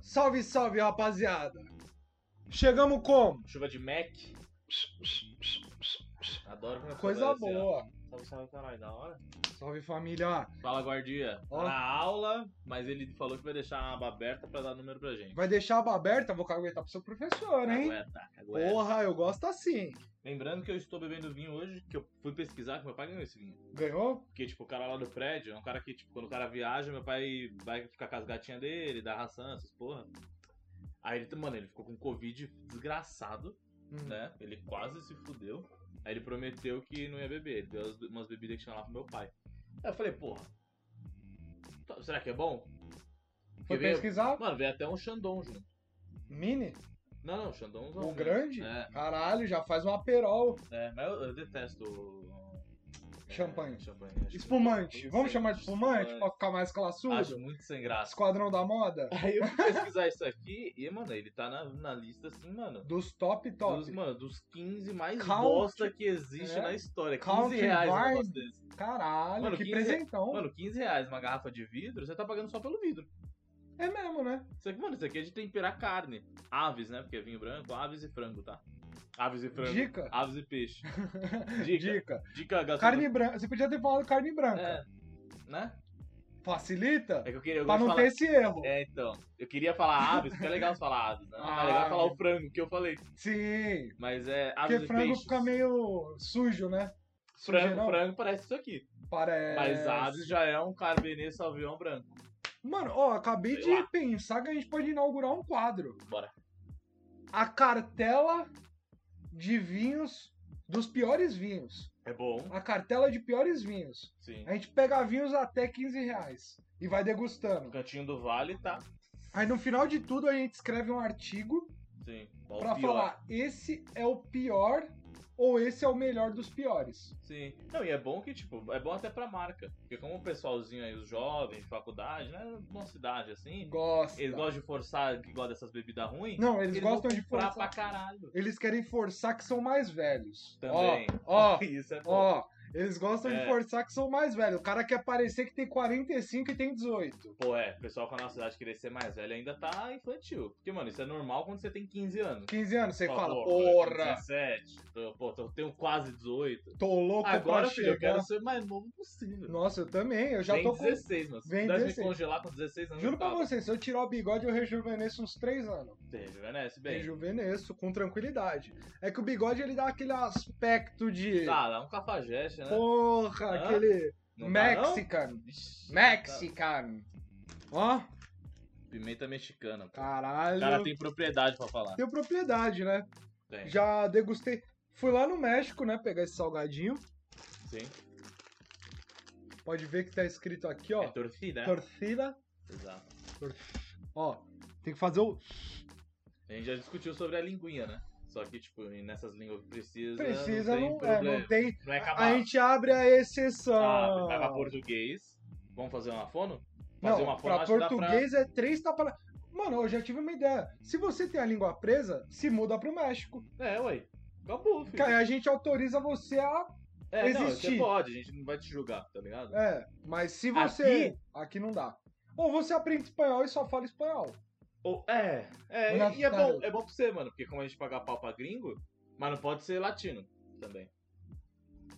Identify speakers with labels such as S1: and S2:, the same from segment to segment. S1: Salve, salve, rapaziada! Chegamos como?
S2: Chuva de Mac. Adoro quando eu
S1: Coisa
S2: falo assim, ó.
S1: boa.
S2: Salve, salve, caralho, da hora.
S1: Salve, família.
S2: Fala, guardia.
S1: Ó.
S2: Tá na aula, mas ele falou que vai deixar a aba aberta pra dar número pra gente.
S1: Vai deixar a aba aberta? Vou caguetar pro seu professor, hein?
S2: Cagueta, cagueta.
S1: Porra, eu gosto assim.
S2: Lembrando que eu estou bebendo vinho hoje, que eu fui pesquisar que meu pai ganhou esse vinho.
S1: Ganhou?
S2: Porque, tipo, o cara lá do prédio é um cara que, tipo, quando o cara viaja, meu pai vai ficar com as gatinhas dele, dar ração, essas porra. Aí ele, mano, ele ficou com Covid desgraçado.
S1: Hum.
S2: né? Ele quase se fudeu. Aí ele prometeu que não ia beber. Ele deu as- umas bebidas que tinha lá pro meu pai. Aí eu falei, porra. tá- Será que é bom?
S1: Foi
S2: Porque veio-
S1: pesquisar?
S2: Mano, veio até um Xandão junto.
S1: Mini?
S2: Não, não, Xandão não.
S1: O grande?
S2: É,
S1: Caralho, já faz um aperol.
S2: é, mas eu, eu detesto. o-
S1: Champanhe.
S2: É, champanhe. acho que-
S1: Espumante. Vamos
S2: Sei,
S1: chamar de espumante pra ficar mais
S2: Acho
S1: classudo?
S2: muito sem graça.
S1: Esquadrão da moda?
S2: Aí eu fui pesquisar isso aqui e, mano, ele tá na, na lista assim, mano.
S1: Dos top
S2: Dos,
S1: top.
S2: mano, dos 15 mais
S1: Count-
S2: bosta que existe
S1: é.
S2: na história. 15
S1: Count
S2: reais um
S1: Vine.
S2: negócio desse.
S1: Caralho,
S2: Mano,
S1: que
S2: 15
S1: presentão.
S2: Mano, 15 reais uma garrafa de vidro, você tá pagando só pelo vidro.
S1: É mesmo, né?
S2: Isso aqui, mano, isso aqui é de temperar carne. Aves, né? Porque é vinho branco, aves e frango, tá? Aves e frango.
S1: Dica.
S2: Aves e peixe. Dica.
S1: Dica.
S2: Dica gastronômica.
S1: Carne branca. Você podia ter falado carne branca.
S2: É. Né?
S1: Facilita?
S2: É que eu queria. Eu
S1: Pra
S2: gosto de
S1: não
S2: falar...
S1: ter esse erro.
S2: É, então. Eu queria falar aves, porque é legal falar aves, né?
S1: Ah.
S2: é legal falar o frango que eu falei.
S1: Sim.
S2: Mas é aves
S1: Porque
S2: e
S1: frango
S2: peixes.
S1: fica meio sujo, né?
S2: Frango,
S1: sujeirão.
S2: frango parece isso aqui.
S1: Parece.
S2: Mas aves já é um Cabernet Sauvignon branco.
S1: Mano, ó, acabei
S2: Sei
S1: de
S2: lá.
S1: pensar que a gente pode inaugurar um quadro.
S2: Bora.
S1: A cartela de vinhos dos piores vinhos.
S2: É bom,
S1: A cartela de piores vinhos.
S2: sim.
S1: A gente pega vinhos até 15 reais e vai degustando.
S2: Um Cantinho do Vale, tá?
S1: Aí no final de tudo a gente escreve um artigo
S2: Sim. Ó, É o
S1: pra
S2: pior.
S1: falar esse é o pior ou esse é o melhor dos piores.
S2: Sim. Não, e é bom que, tipo, é bom até pra marca. Porque como o pessoalzinho aí, os jovens de faculdade, né? Nossa idade, assim,
S1: Gosta.
S2: eles gostam de forçar que gosta dessas bebidas ruins.
S1: Não, eles,
S2: eles
S1: gostam
S2: vão
S1: de
S2: comprar
S1: forçar.
S2: pra caralho.
S1: Eles querem forçar que são mais velhos.
S2: Também.
S1: Ó, ó,
S2: Isso é bom.
S1: ó. Eles gostam de
S2: É.
S1: forçar que são mais velhos. O cara quer parecer que tem 45 e tem 18.
S2: Pô, é, o pessoal com a nossa idade querer ser mais velho ainda tá infantil. Porque, mano, isso é normal quando você tem 15 anos.
S1: 15 anos, você
S2: Pô,
S1: fala,
S2: pô, eu tenho
S1: porra,
S2: 17, tô- pô, tô- tenho quase 18.
S1: tô louco
S2: Agora,
S1: pra
S2: filho, eu
S1: chegar.
S2: quero ser o mais novo possível.
S1: Nossa, eu também, eu já
S2: Vem
S1: tô com...
S2: 16, mano. Se
S1: Vem
S2: pudesse
S1: 16.
S2: me congelar com 16 anos,
S1: Juro
S2: eu
S1: pra
S2: tava.
S1: você, se eu tirar o bigode, eu rejuvenesço uns 3 anos.
S2: Rejuvenesce bem.
S1: Rejuvenesço com tranquilidade. É que o bigode, ele dá aquele aspecto de...
S2: Tá, dá um cafajeste, né?
S1: Porra,
S2: Hã?
S1: aquele...
S2: Não dá, não?
S1: Mexican.
S2: Ixi,
S1: Mexican.
S2: Hum.
S1: Ó,
S2: tá- Pimenta mexicana. pô. O
S1: caralho.
S2: cara tem propriedade pra falar.
S1: Tenho propriedade, né?
S2: Tem.
S1: Já degustei. Fui lá no México, né? Pegar esse salgadinho.
S2: Sim.
S1: Pode ver que tá escrito aqui,
S2: É
S1: ó.
S2: torcida, né?
S1: Torcida.
S2: Exato.
S1: Ó, tem que fazer o.
S2: A gente já discutiu sobre a linguinha, né? Só que, tipo, nessas línguas que precisa.
S1: Precisa,
S2: não tem
S1: não, é,
S2: problema.
S1: não tem.
S2: Não é
S1: A
S2: capaz.
S1: gente abre a exceção.
S2: Ah, vai pra português. Vamos fazer uma fono? Fazer
S1: não,
S2: uma fono
S1: pra
S2: acho que dá
S1: português é três tapas. Mano, eu já tive uma ideia. Se você tem a língua presa, se muda pro México.
S2: pra. É, ué. Acabou, filho.
S1: Que aí a gente autoriza você a.
S2: É, não,
S1: existir.
S2: você pode, a gente não vai te julgar, tá ligado?
S1: É, mas se você. Aqui, não dá. Ou você aprende espanhol e só fala espanhol.
S2: Ou- é, é,
S1: Olha,
S2: e, e é
S1: cara.
S2: bom, é bom pra você, mano, porque como a gente paga pau pra gringo, mas não pode ser latino também.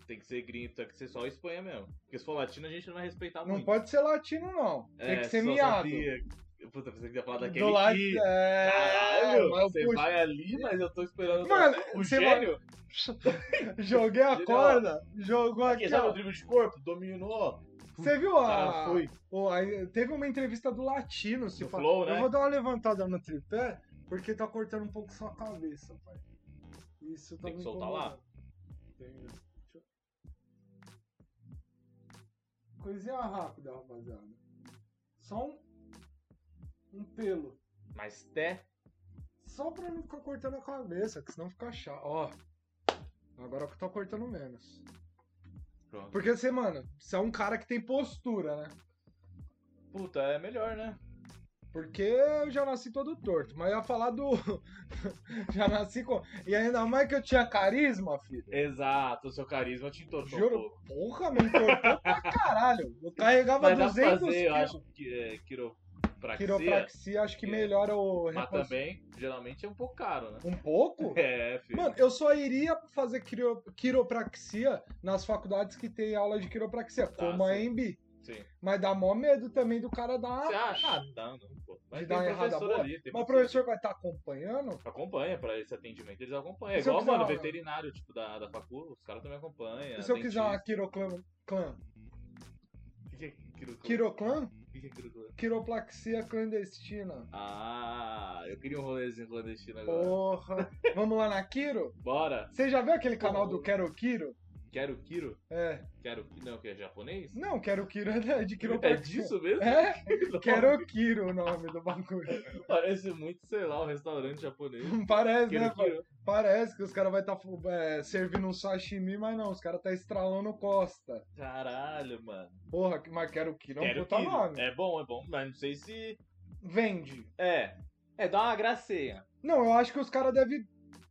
S2: Tem que ser gringo, tem que ser só Espanha mesmo. Porque se for latino, a gente não vai respeitar
S1: Não
S2: Tá muito.
S1: pode ser latino, não. Tem
S2: É,
S1: que ser
S2: só
S1: miado.
S2: sabia- Puta, pensei que ia falar daquele
S1: do lado.
S2: que...
S1: É,
S2: Caralho,
S1: mas eu
S2: você
S1: puxo.
S2: vai ali, mas eu tô esperando
S1: Mano,
S2: o
S1: você
S2: gênio.
S1: Joguei a
S2: Entendeu?
S1: corda, jogou
S2: é Aqui,
S1: aqui,
S2: sabe o
S1: ó.
S2: drible de corpo? Dominou.
S1: Você viu
S2: Ah,
S1: a...
S2: foi.
S1: o- a- Teve uma entrevista do Latino, se
S2: Do
S1: fa-
S2: Flow,
S1: Eu
S2: né?
S1: vou dar uma levantada no tripé, porque tá cortando um pouco sua cabeça, pai. Isso tá
S2: Tem que
S1: me
S2: soltar
S1: incomodando. Tem. Deixa eu- Coisinha rápida, rapaziada. Só um... Um pelo.
S2: Mas té.
S1: Só pra não ficar cortando a cabeça, que senão fica chato. Ó. Agora que eu tô cortando menos.
S2: Pronto.
S1: Porque você, mano, você é um cara que tem postura, né?
S2: Puta, é melhor, né?
S1: Porque eu já nasci todo torto. Mas eu ia falar do. já nasci com. E ainda mais que eu tinha carisma, filho.
S2: Exato, o seu carisma te entortou
S1: Juro.
S2: um pouco.
S1: Porra, me entortou pra caralho. Eu carregava
S2: Mas dá pra
S1: 200
S2: fazer, eu
S1: quilos.
S2: acho que é, quiro... quiropraxia,
S1: Quiropraxia acho que melhora o
S2: mas
S1: repouso.
S2: também, geralmente é um pouco caro, né?
S1: Um pouco?
S2: É, filho.
S1: Mano, eu só iria fazer quiro- quiropraxia nas faculdades que tem aula de quiropraxia, como a
S2: Tá, sim.
S1: EMB.
S2: Sim.
S1: Mas dá mó medo também do cara dar uma.
S2: Você acha?
S1: Ah,
S2: Ah, não, não, pô.
S1: De
S2: Mas
S1: dar uma
S2: tem
S1: errada
S2: professor
S1: boa.
S2: ali, tem
S1: Mas o
S2: professor.
S1: professor vai estar acompanhando?
S2: Acompanha pra esse atendimento, eles acompanham. É
S1: Se eu
S2: igual,
S1: quiser
S2: mano,
S1: uma-
S2: veterinário, tipo, da, da facu, os caras também acompanham.
S1: E se eu quiser uma
S2: dentista.
S1: quiroclan, clã?
S2: O que que é quiroclã?
S1: Quiroclã?
S2: O que que é quiroclã?
S1: Quiropraxia clandestina.
S2: Ah, eu queria um rolezinho clandestino agora.
S1: Porra. Vamos lá na Kiro?
S2: Bora!
S1: Você já viu aquele canal
S2: Porra.
S1: do Quero Kiro?
S2: Quero Kiro?
S1: É.
S2: Quero Kiro? Não, que é japonês?
S1: Não, Quero Kiro é da- de
S2: É
S1: quiropraxia.
S2: disso mesmo?
S1: É?
S2: Que nome.
S1: Quero Kiro o nome do bagulho.
S2: Parece muito, sei lá, um restaurante japonês.
S1: Parece, né,
S2: Quero
S1: pai?
S2: Kiro.
S1: Parece que os caras vão estar servindo um sashimi, mas não, os caras tá estralando costa.
S2: Caralho, mano.
S1: Porra, que- mas quero que não
S2: Quero
S1: um puta
S2: Kiro.
S1: nome.
S2: É bom, é bom, mas não sei se.
S1: Vende.
S2: É. É, dá uma gracinha.
S1: Não, eu acho que os caras devem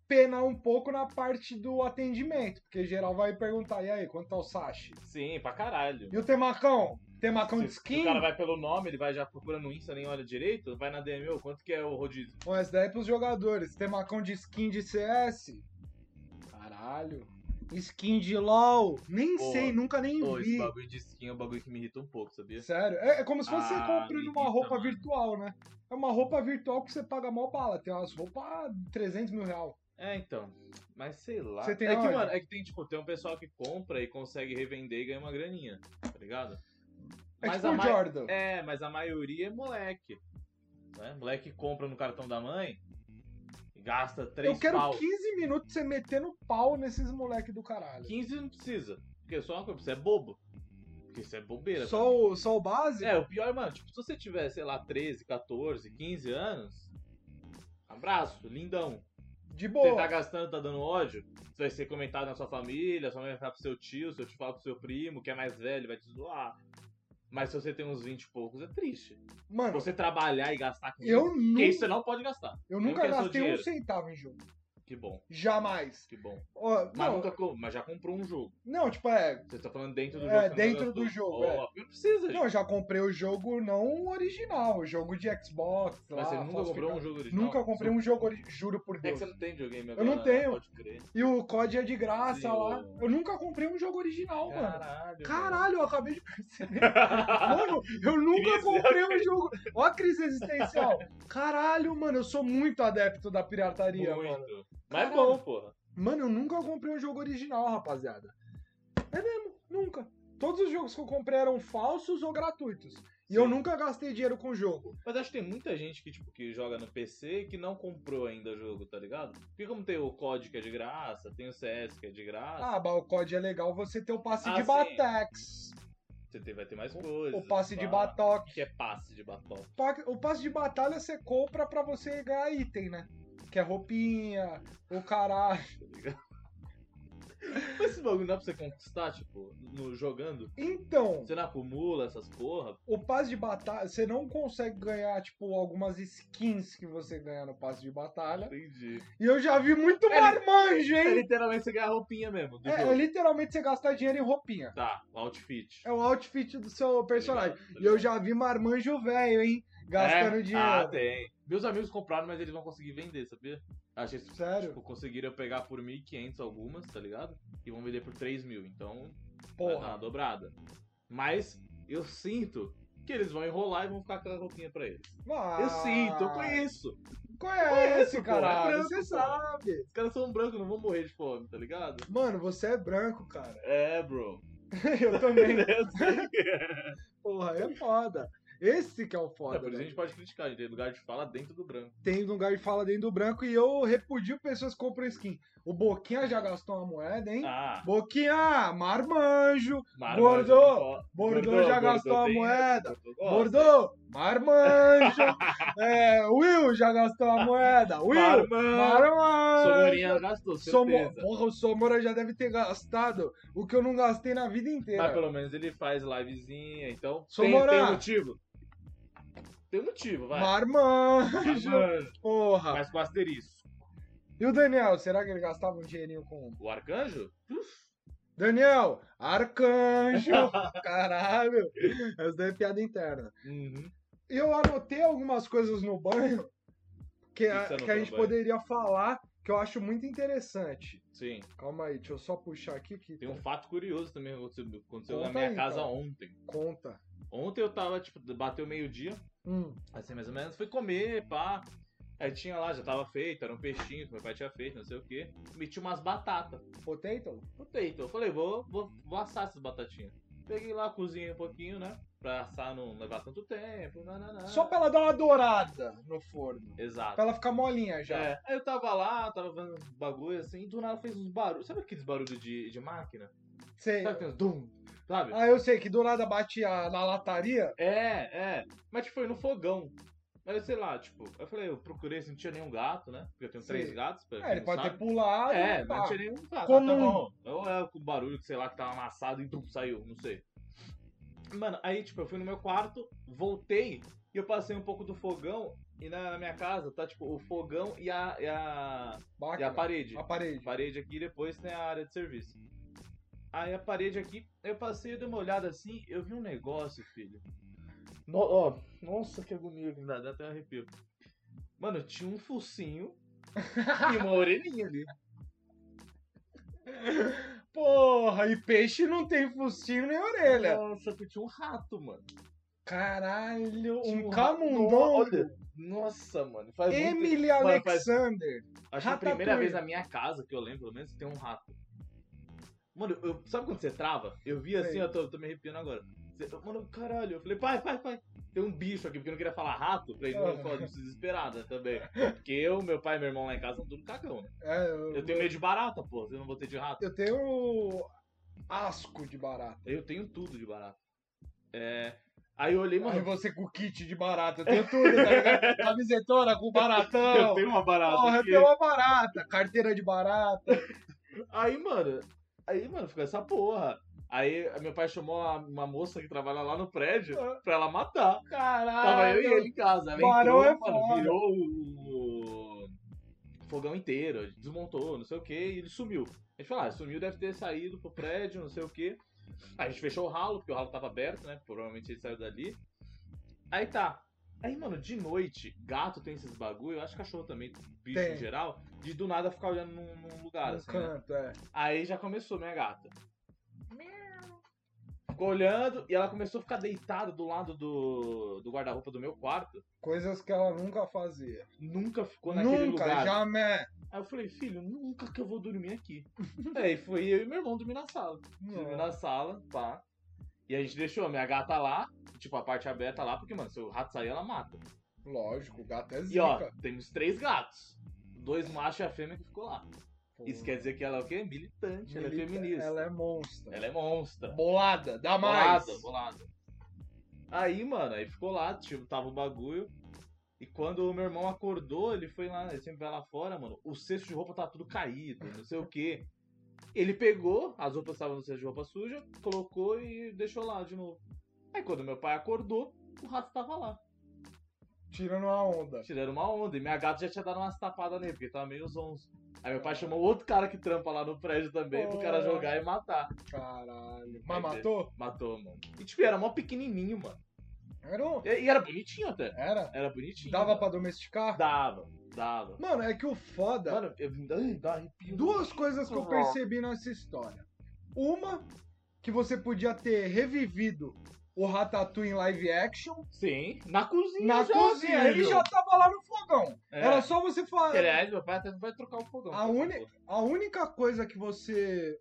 S1: penar um pouco na parte do atendimento, porque geral vai perguntar, e aí, quanto tá o sashi?
S2: Sim, pra caralho.
S1: E o temacão? Temacão de
S2: Se- se
S1: skin?
S2: O cara vai pelo nome, ele vai já procura no Insta, nem olha direito, vai na DM, ô, quanto que é o rodízio?
S1: Bom, essa daí é pros jogadores. Temacão de skin de CS? Caralho. Skin de LOL? Nem
S2: Boa.
S1: sei, nunca nem
S2: Ô, esse
S1: vi.
S2: bagulho de skin é um bagulho que me irrita um pouco, sabia?
S1: Sério? É, é como se você
S2: Ah,
S1: comprando uma
S2: irrita,
S1: roupa
S2: mano.
S1: virtual, né? É uma roupa virtual que você paga mó bala. Tem umas roupas 300 mil real.
S2: É, então. Mas sei lá.
S1: Você tem
S2: é que,
S1: aonde?
S2: mano, é que tem, tipo, tem um pessoal que compra e consegue revender e ganha uma graninha, tá ligado?
S1: É
S2: Mas
S1: tipo
S2: a
S1: o
S2: ma-
S1: Jordan.
S2: É, mas a maioria é moleque. Né? Moleque compra no cartão da mãe, gasta
S1: Eu
S2: 3
S1: quero
S2: pau.
S1: 15 minutos você metendo pau nesses moleque do caralho.
S2: 15 não precisa. Porque só uma coisa, você é bobo. Porque isso é bobeira.
S1: Só o, só o base?
S2: É, o pior, mano, tipo, se você tiver, sei lá, 13, 14, 15 anos, abraço, lindão.
S1: De
S2: Você tá
S1: boa.
S2: gastando, tá dando ódio, isso vai ser comentado na sua família, sua mãe vai falar pro seu tio, seu tio fala pro seu primo, que é mais velho, vai te zoar. Mas se você tem uns 20 e poucos, é triste.
S1: Mano,
S2: Você trabalhar e gastar com isso.
S1: eu, nu...
S2: Porque isso você não pode gastar.
S1: eu nunca
S2: eu quero seu
S1: gastei um
S2: dinheiro.
S1: centavo em jogo.
S2: Que bom,
S1: Jamais.
S2: que bom.
S1: Ó,
S2: Mas,
S1: não,
S2: nunca, co- mas já comprou um jogo.
S1: não, tipo, é.
S2: Você tá falando dentro do
S1: É,
S2: jogo. você não
S1: dentro
S2: gastou.
S1: do jogo,
S2: Ó,
S1: é.
S2: Não precisa, gente.
S1: Não, eu já comprei o jogo não original, o jogo de Xbox.
S2: Mas
S1: lá,
S2: você nunca
S1: falsificado.
S2: comprou um jogo original.
S1: Nunca comprei um jogo original, juro por
S2: É
S1: Deus.
S2: que você não tem videogame
S1: Eu
S2: agora. né?
S1: não tenho.
S2: Pode crer.
S1: E o COD é de graça
S2: Sim,
S1: lá.
S2: o-
S1: Eu nunca comprei um jogo original, mano.
S2: Caralho.
S1: Caralho, eu acabei de perceber.
S2: mano.
S1: Mano, eu nunca
S2: Crise.
S1: comprei um jogo. Ó a crise existencial. Caralho, mano, eu sou muito adepto da pirataria, mano.
S2: Muito. Mas
S1: Caralho.
S2: é bom, porra.
S1: Mano, eu nunca comprei um jogo original, rapaziada. É mesmo, nunca. Todos os jogos que eu comprei eram falsos ou gratuitos. E eu
S2: Sim.
S1: nunca gastei dinheiro com o jogo.
S2: Mas acho que tem muita gente que, tipo, que joga no PC que não comprou ainda o jogo, tá ligado? Porque como tem o COD que é de graça, tem o CS que é de graça,
S1: Ah, mas o COD é legal você ter o passe
S2: Ah,
S1: de
S2: sim.
S1: Batex.
S2: você tem- vai ter mais coisas.
S1: O passe de
S2: pá.
S1: Batoque.
S2: O que é passe de batom? tá
S1: pa- o passe de batalha você compra pra você ganhar item, né? Que é roupinha, o caralho.
S2: Mas esse bagulho não dá pra você conquistar, tipo, no, jogando?
S1: Então,
S2: Você não acumula essas porra?
S1: o passe de batalha, você não consegue ganhar, tipo, algumas skins que você ganha no passe de batalha.
S2: Entendi.
S1: E eu já vi muito
S2: É,
S1: marmanjo,
S2: É
S1: hein?
S2: literalmente você ganha a roupinha mesmo do
S1: É, é
S2: jogo.
S1: literalmente você gastar dinheiro em roupinha.
S2: Tá, o outfit.
S1: É o outfit do seu personagem.
S2: Tá ligado? Tá
S1: E eu
S2: ligado?
S1: já vi marmanjo velho, hein? Gastando
S2: É? Ah,
S1: dinheiro.
S2: tem. Meus amigos compraram, mas eles vão conseguir vender, sabia? Achei que
S1: Sério?
S2: tipo, conseguiram pegar por 1.500 algumas, tá ligado? E vão vender por 3 mil. Então, vai dar uma
S1: Porra.
S2: dobrada. Mas eu sinto que eles vão enrolar e vão ficar com a roupinha pra eles.
S1: Vai.
S2: Eu sinto, eu conheço.
S1: Conhece,
S2: Conheço, pô. É
S1: caralho.
S2: branco,
S1: Você
S2: pô.
S1: sabe.
S2: Os caras são brancos, não vão morrer de fome, tá ligado?
S1: Mano, você é branco, cara.
S2: É, bro.
S1: Eu também.
S2: Eu sei que é.
S1: Porra, é foda. Esse que é o
S2: Por
S1: foda.
S2: isso a
S1: velho.
S2: gente pode criticar, a gente tem lugar de fala dentro do branco.
S1: Tem um lugar de fala dentro do branco e eu repudio pessoas que compram skin. O Boquinha já gastou uma moeda, hein?
S2: Ah,
S1: Boquinha, marmanjo.
S2: Marmanjo,
S1: Bordô,
S2: ó,
S1: Bordô já gastou a
S2: tem-
S1: moeda.
S2: Bordô gosta.
S1: Bordô, marmanjo. É, Will já gastou a moeda. Will,
S2: Marmanjo.
S1: marmanjo.
S2: Somorinha gastou, certeza.
S1: Somo... Porra, o Somora já deve ter gastado o que eu não gastei na vida
S2: Mas
S1: inteira.
S2: pelo menos ele faz livezinha, então.
S1: Sou
S2: Tem,
S1: morar.
S2: tem motivo. Tem um motivo, vai.
S1: Marmanjo.
S2: Mano,
S1: Porra.
S2: Mas com asterisco.
S1: E o Daniel, será que ele gastava um dinheirinho com
S2: O arcanjo?
S1: Daniel, arcanjo! Caralho! Essa daí é piada interna.
S2: Uhum.
S1: eu anotei algumas coisas no banho que a,
S2: Isso eu não
S1: que a
S2: tô no
S1: gente
S2: banho.
S1: poderia falar que eu acho muito interessante.
S2: Sim.
S1: Calma aí, deixa eu só puxar aqui que
S2: Tem um fato curioso também que aconteceu, aconteceu na
S1: Conta
S2: minha
S1: aí,
S2: casa
S1: então.
S2: ontem.
S1: conta.
S2: Ontem eu tava, tipo, bateu meio-dia,
S1: Hum,
S2: assim mais ou menos, fui comer, pá. Aí tinha lá, já tava feito, era um peixinho que meu pai tinha feito, não sei o quê. Meti umas batatas.
S1: potato?
S2: Botei, então. Eu falei, vou, vou, vou assar essas batatinhas. Peguei lá, cozinhei um pouquinho, né? Pra assar não levar tanto tempo. Nananã.
S1: Só pra ela dar uma dourada no forno.
S2: Exato.
S1: Pra ela ficar molinha já.
S2: É, aí eu tava lá, tava vendo uns bagulho assim, e do nada fez uns barulhos. Sabe aqueles barulhos de, de máquina?
S1: Sei.
S2: Sabe que tem uns dum, sabe?
S1: Ah, eu sei que do nada bate a, na lataria.
S2: É, é. Mas tipo, foi no fogão. Mas sei lá, tipo, eu falei, eu procurei assim, não tinha nenhum gato, né? Porque eu tenho
S1: Sim.
S2: três gatos. Pra quem
S1: É, ele
S2: não
S1: pode
S2: sabe.
S1: ter pulado.
S2: É,
S1: pá.
S2: não tinha nenhum gato.
S1: Como
S2: Tá
S1: um.
S2: bom. Ou é com barulho, que sei lá, que tava amassado e dum, saiu, não sei. Mano, aí tipo, eu fui no meu quarto, voltei e eu passei um pouco do fogão. E na, na minha casa tá tipo o fogão e a, e a, e
S1: Bacana.
S2: a parede.
S1: A parede.
S2: parede aqui e depois tem a área de serviço. Aí a parede aqui, eu passei, eu dei uma olhada assim, eu vi um negócio, filho. No- ó, nossa, que agonia que me dá, dá até um arrepio. Mano, tinha um focinho e uma orelhinha ali.
S1: Porra, e peixe não tem focinho nem orelha.
S2: Nossa, que tinha um rato, mano.
S1: Caralho,
S2: Tinha
S1: um
S2: rato.
S1: camundongo.
S2: Olha, Nossa, mano. Faz é muito...
S1: Emily
S2: Mano, faz-
S1: Alexander.
S2: Acho que é a primeira
S1: Ratatouille.
S2: vez na minha casa que eu lembro, pelo menos, que tem um rato. Mano, eu- sabe quando você trava? Eu vi assim,
S1: Sei.
S2: eu tô, tô me arrepiando agora. Você- Mano, caralho, eu falei, pai, pai, pai. Tem um bicho aqui, porque eu não queria falar rato, pra ele não
S1: Ah.
S2: ficar desesperada também. Porque eu, meu pai e meu irmão lá em casa são tudo cagão, né?
S1: É, eu,
S2: Eu tenho medo de barata, pô, eu não vou ter de rato.
S1: eu tenho asco de barata.
S2: Eu tenho tudo de barata. É. Aí eu olhei,
S1: Aí
S2: mano,
S1: você com kit de barata. Eu tenho tudo, tá ligado? Camisetona com baratão.
S2: eu tenho uma barata
S1: Porra, eu
S2: aqui.
S1: tenho uma barata. Carteira de barata.
S2: Aí, mano, aí, mano, ficou essa porra. Aí meu pai chamou a- uma moça que trabalha lá no prédio
S1: Ah.
S2: pra ela matar.
S1: Caralho.
S2: Tava eu e ele em casa. Ela
S1: Barão
S2: entrou,
S1: é
S2: mano,
S1: foda.
S2: virou o, o fogão inteiro, desmontou, não sei o que, e ele sumiu. A gente falou, ah, sumiu, deve ter saído pro prédio, não sei o que. A gente fechou o ralo, porque o ralo tava aberto, né? Provavelmente ele saiu dali. Aí tá. Aí, mano, de noite, gato tem esses bagulho, eu acho que cachorro também, bicho
S1: Tem.
S2: em geral, de do nada ficar olhando num, num lugar,
S1: No
S2: assim, né?
S1: canto, é.
S2: Aí já começou minha gata. Ficou olhando e ela começou a ficar deitada do lado do, do guarda-roupa do meu quarto.
S1: Coisas que ela nunca fazia.
S2: Nunca ficou naquele
S1: Nunca,
S2: lugar.
S1: jamais.
S2: Aí eu falei, filho, nunca que eu vou dormir aqui. Aí foi eu e meu irmão dormir na sala. Dormir na sala, pá. E a gente deixou a minha gata lá, tipo, a parte aberta lá, porque, mano, se o rato sair, ela mata.
S1: Lógico, o gato é zica.
S2: E ó, temos três gatos. Dois machos e a fêmea que ficou lá. Isso quer dizer que ela é o quê? Militante, ela é
S1: Milita-
S2: feminista.
S1: Ela é monstra.
S2: ela é monstra.
S1: Bolada, dá mais.
S2: Bolada, bolada. Aí, mano, aí ficou lá, tipo, tava o bagulho. E quando o meu irmão acordou, ele foi lá, ele sempre vai lá fora, mano. O cesto de roupa tá tudo caído, não sei o quê. Ele pegou, as roupas estavam no cesto de roupa suja, colocou e deixou lá de novo. Aí quando meu pai acordou, o rato tava lá.
S1: Tirando uma onda.
S2: Tiraram uma onda. E minha gata já tinha dado umas tapadas nele, porque tava meio zonzo. Aí meu pai chamou outro cara que trampa lá no prédio também, pro cara jogar e matar.
S1: Caralho. Mas
S2: Aí teve.
S1: matou?
S2: Matou, mano. E tipo, era mó pequenininho, mano.
S1: Era? um-
S2: E, e era bonitinho até.
S1: Era?
S2: Era bonitinho.
S1: Dava
S2: mano.
S1: pra domesticar?
S2: Dava, dava.
S1: Mano, é que o foda.
S2: Mano, eu ai, dá arrepio.
S1: Duas coisas que eu
S2: Uhum.
S1: percebi nessa história. Uma, que você podia ter revivido o Ratatouille em live action
S2: Sim, na cozinha.
S1: na
S2: já,
S1: cozinha.
S2: velho.
S1: Ele já tava lá no fogão.
S2: É.
S1: Era só você falar.
S2: Aliás, meu pai até vai trocar o fogão.
S1: A
S2: por
S1: uni-
S2: favor.
S1: A única coisa que você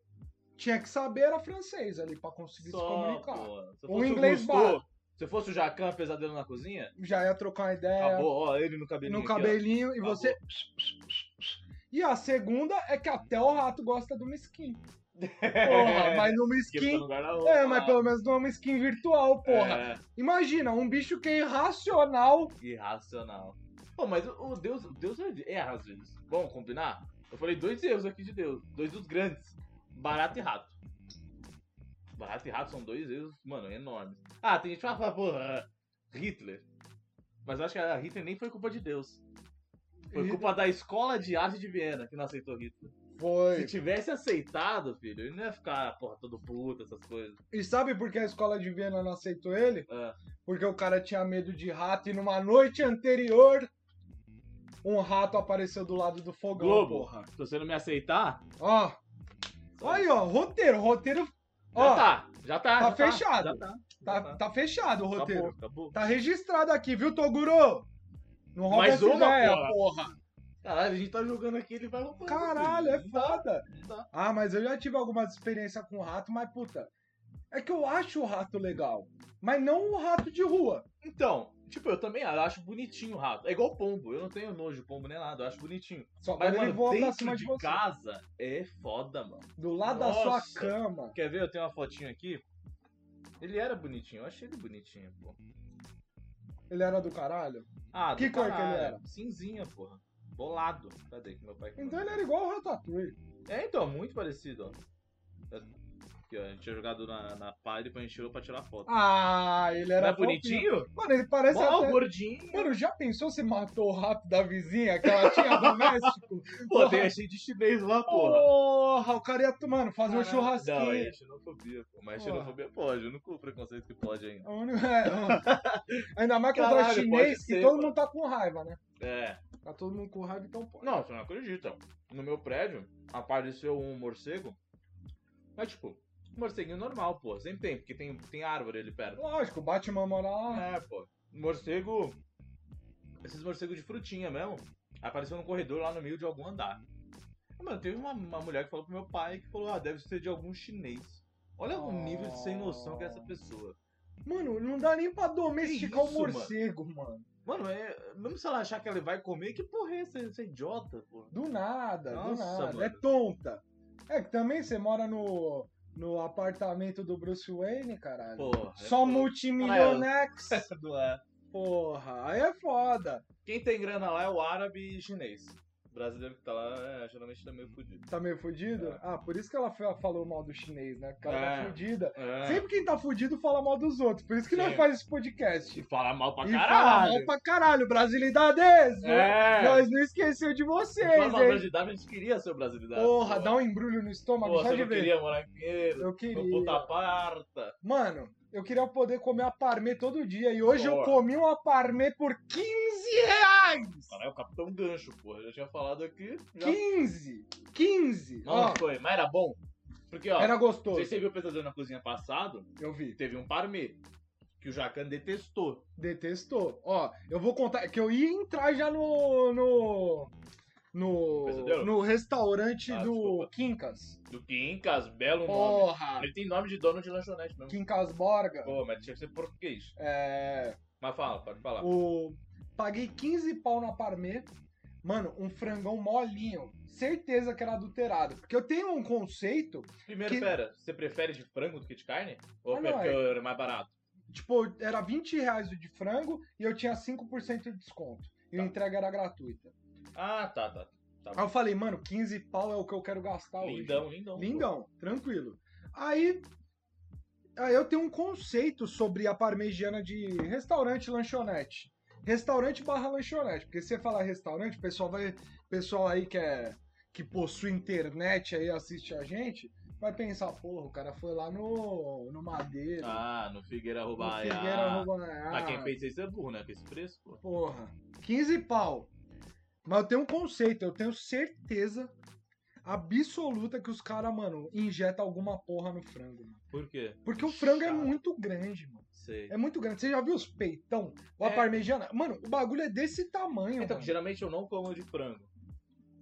S1: tinha que saber era francês ali pra conseguir se
S2: Só,
S1: comunicar.
S2: pô. Se eu
S1: O
S2: fosse
S1: inglês
S2: Gusto, Se eu fosse o Jacan, pesadelo na cozinha,
S1: Já ia trocar uma ideia.
S2: acabou, ó, ele no cabelinho.
S1: É. no
S2: aqui, ó.
S1: cabelinho e
S2: Acabou.
S1: você. E a segunda é que até o rato gosta de uma skin. Porra, mas numa
S2: É, Que tá
S1: skin.
S2: no guarda-roupa.
S1: É, mas pelo menos numa skin virtual, porra.
S2: É,
S1: Imagina, um bicho que é irracional.
S2: irracional. Pô, mas o o Deus, o Deus é- é às vezes. Vamos combinar? Eu falei dois erros aqui de Deus, dois dos grandes. Barato e rato. Barato e rato são dois erros, mano, enormes. Ah, tem gente que fala, porra, Hitler. Mas eu acho que a Hitler nem foi culpa de Deus. Foi
S1: Hitler-
S2: culpa da escola de arte de Viena que não aceitou Hitler.
S1: Foi.
S2: Se tivesse aceitado, filho, ele não ia ficar, porra, todo puto, essas coisas.
S1: E sabe por que a escola de Viena não aceitou ele?
S2: Ah.
S1: Porque o cara tinha medo de rato e numa noite anterior um rato apareceu do lado do fogão,
S2: Globo,
S1: porra.
S2: se você não me aceitar,
S1: Ó, olha aí, ó, roteiro, roteiro.
S2: já
S1: Ó,
S2: tá, já tá.
S1: tá
S2: já
S1: fechado.
S2: Já tá. já
S1: tá, tá fechado o roteiro.
S2: Acabou, acabou.
S1: Tá registrado aqui, viu, Toguro? Não rouba
S2: Mais
S1: essa
S2: uma,
S1: ideia,
S2: Caralho, a gente tá jogando aqui, ele vai roubando.
S1: Caralho, é
S2: filho.
S1: foda.
S2: Não dá.
S1: Ah, mas eu já tive algumas experiências com rato, mas puta. É que eu acho o rato legal, mas não o rato de rua.
S2: Então, tipo, eu também eu acho bonitinho o rato. É igual pombo, eu não tenho nojo de pombo nem nada, eu acho bonitinho.
S1: Só
S2: Mas,
S1: quando ele
S2: mano,
S1: voa pra
S2: dentro
S1: cima de
S2: de
S1: você.
S2: casa é foda, mano.
S1: Do lado da
S2: Nossa.
S1: sua cama.
S2: Quer ver? Eu tenho uma fotinho aqui. Ele era bonitinho, eu achei ele bonitinho, pô.
S1: Ele era do caralho?
S2: Ah, do
S1: Que cor que ele
S2: caralho.
S1: era?
S2: Cinzinha, porra. Bolado. Cadê que meu pai
S1: Então ele era igual o Ratatouille.
S2: É, então, muito parecido, ó. Aqui, ó, a gente tinha jogado na, na pá e depois a gente tirou pra tirar foto.
S1: Ah, ele
S2: Não
S1: era
S2: é bonitinho?
S1: fofinho. Mano, ele parece
S2: Ó, o
S1: até...
S2: gordinho.
S1: Mano, já pensou se matou o rato da vizinha que ela tinha do México?
S2: Pô, tem cheio de chinês lá, porra.
S1: Porra, o cara ia, mano, fazer um
S2: Caralho.
S1: churrasquinho.
S2: Não, aí é xenofobia, pô. Mas
S1: Porra.
S2: xenofobia pode, eu não culpo o preconceito que pode ainda.
S1: É o único- é, ó. Ainda mais contra
S2: Caralho,
S1: chinês
S2: pode
S1: que
S2: ser,
S1: todo
S2: mano.
S1: mundo tá com raiva, né?
S2: É.
S1: Tá todo mundo com raiva, então pode.
S2: Não, você não acredita. No meu prédio, apareceu um morcego. Mas, tipo, um morceguinho normal, pô. Sempre tem, porque tem, tem árvore ali perto.
S1: Lógico, o Batman mora lá.
S2: É, pô. Morcego. Esses morcegos de frutinha mesmo. Apareceu no corredor lá no meio de algum andar. Mano, teve uma, uma mulher que falou pro meu pai que falou: Ah, deve ser de algum chinês. Olha o nível de sem noção que é essa pessoa.
S1: Mano, não dá nem pra domesticar o
S2: isso,
S1: morcego, mano.
S2: Mano, é, mesmo se ela achar que ela vai comer, que porra é essa? Você é idiota, pô.
S1: Do nada, do
S2: Nossa,
S1: nada.
S2: mano.
S1: É tonta. É que também você mora no, no apartamento do Bruce Wayne, caralho.
S2: Porra. é
S1: Só
S2: foda.
S1: multimilionex.
S2: Não é.
S1: Porra, aí é foda.
S2: Quem tem grana lá é o árabe e chinês. O brasileiro que tá lá, é, geralmente tá meio fudido.
S1: Tá meio fudido?
S2: É.
S1: Ah, por isso que ela fa- falou mal do chinês, né? Porque ela tá
S2: É.
S1: fudida.
S2: É.
S1: Sempre quem tá fudido fala mal dos outros. Por isso que nós
S2: Sim.
S1: faz esse podcast.
S2: E fala mal pra
S1: E fala mal
S2: caralho.
S1: pra caralho, brasilidades!
S2: É.
S1: Nós não esqueceu de vocês,
S2: Fala mal
S1: hein?
S2: de W, a gente queria ser o brasileiro.
S1: Porra, dá um embrulho no estômago
S2: Porra,
S1: só
S2: você
S1: de
S2: não
S1: ver.
S2: queria morar aqui.
S1: Eu queria.
S2: Uma puta parta.
S1: Mano, eu queria poder comer a parmê todo dia. E hoje eu
S2: Porra.
S1: comi uma parmê por 15 reais!
S2: Caralho, o Capitão Gancho, porra. Eu já tinha falado aqui. Já...
S1: 15! 15!
S2: Não
S1: Ó,
S2: foi, mas era bom. Porque, ó,
S1: era
S2: não sei
S1: gostoso.
S2: se você viu o Pesadelo na Cozinha passado,
S1: Eu vi.
S2: teve um parmê. Que o Jacan detestou.
S1: Detestou. Ó, eu vou contar. Que eu ia entrar já no. No. No,
S2: Pesadelo?
S1: no restaurante
S2: Ah,
S1: do
S2: desculpa.
S1: Quincas.
S2: Do Quincas, belo nome.
S1: Porra!
S2: Ele tem nome de dono de lanchonete mesmo.
S1: Quincas Borga.
S2: Pô, mas tinha que ser português.
S1: É.
S2: Mas fala, pode falar.
S1: O... Paguei 15 pau na Parmê. Mano, um frangão molinho. Certeza que era adulterado. Porque eu tenho um conceito,
S2: Primeiro,
S1: que-
S2: pera, você prefere de frango do que de carne? Ou
S1: Ah,
S2: é
S1: não,
S2: porque
S1: é-
S2: eu era mais barato?
S1: tipo, era 20 reais o de frango e eu tinha 5% de desconto. E a
S2: Tá.
S1: entrega era gratuita.
S2: Ah, tá, tá.
S1: Aí eu falei, mano, 15 pau é o que eu quero gastar
S2: Lindão, lindão.
S1: hoje. Lindão, tranquilo. Aí, aí eu tenho um conceito sobre a parmegiana de restaurante lanchonete. Restaurante barra lanchonete. Porque se você falar restaurante, o pessoal vai. o pessoal aí que é. que possui internet aí assiste a gente, vai pensar, porra, o cara foi lá no. no Madeira.
S2: Ah, no Figueira
S1: no
S2: roubar.
S1: Figueira
S2: ah.
S1: Roubaia.
S2: Mas quem fez isso é burro, né? Com esse preço, pô.
S1: Porra, 15 pau. Mas eu tenho um conceito, eu tenho certeza absoluta que os caras, mano, injetam alguma porra no frango, mano.
S2: Por quê?
S1: Porque o frango é
S2: Chato.
S1: muito grande, mano.
S2: Sei.
S1: É muito grande. Você já viu os peitão? Ou a
S2: É.
S1: parmegiana? Mano, o bagulho é desse tamanho,
S2: Então,
S1: mano.
S2: geralmente eu não como de frango.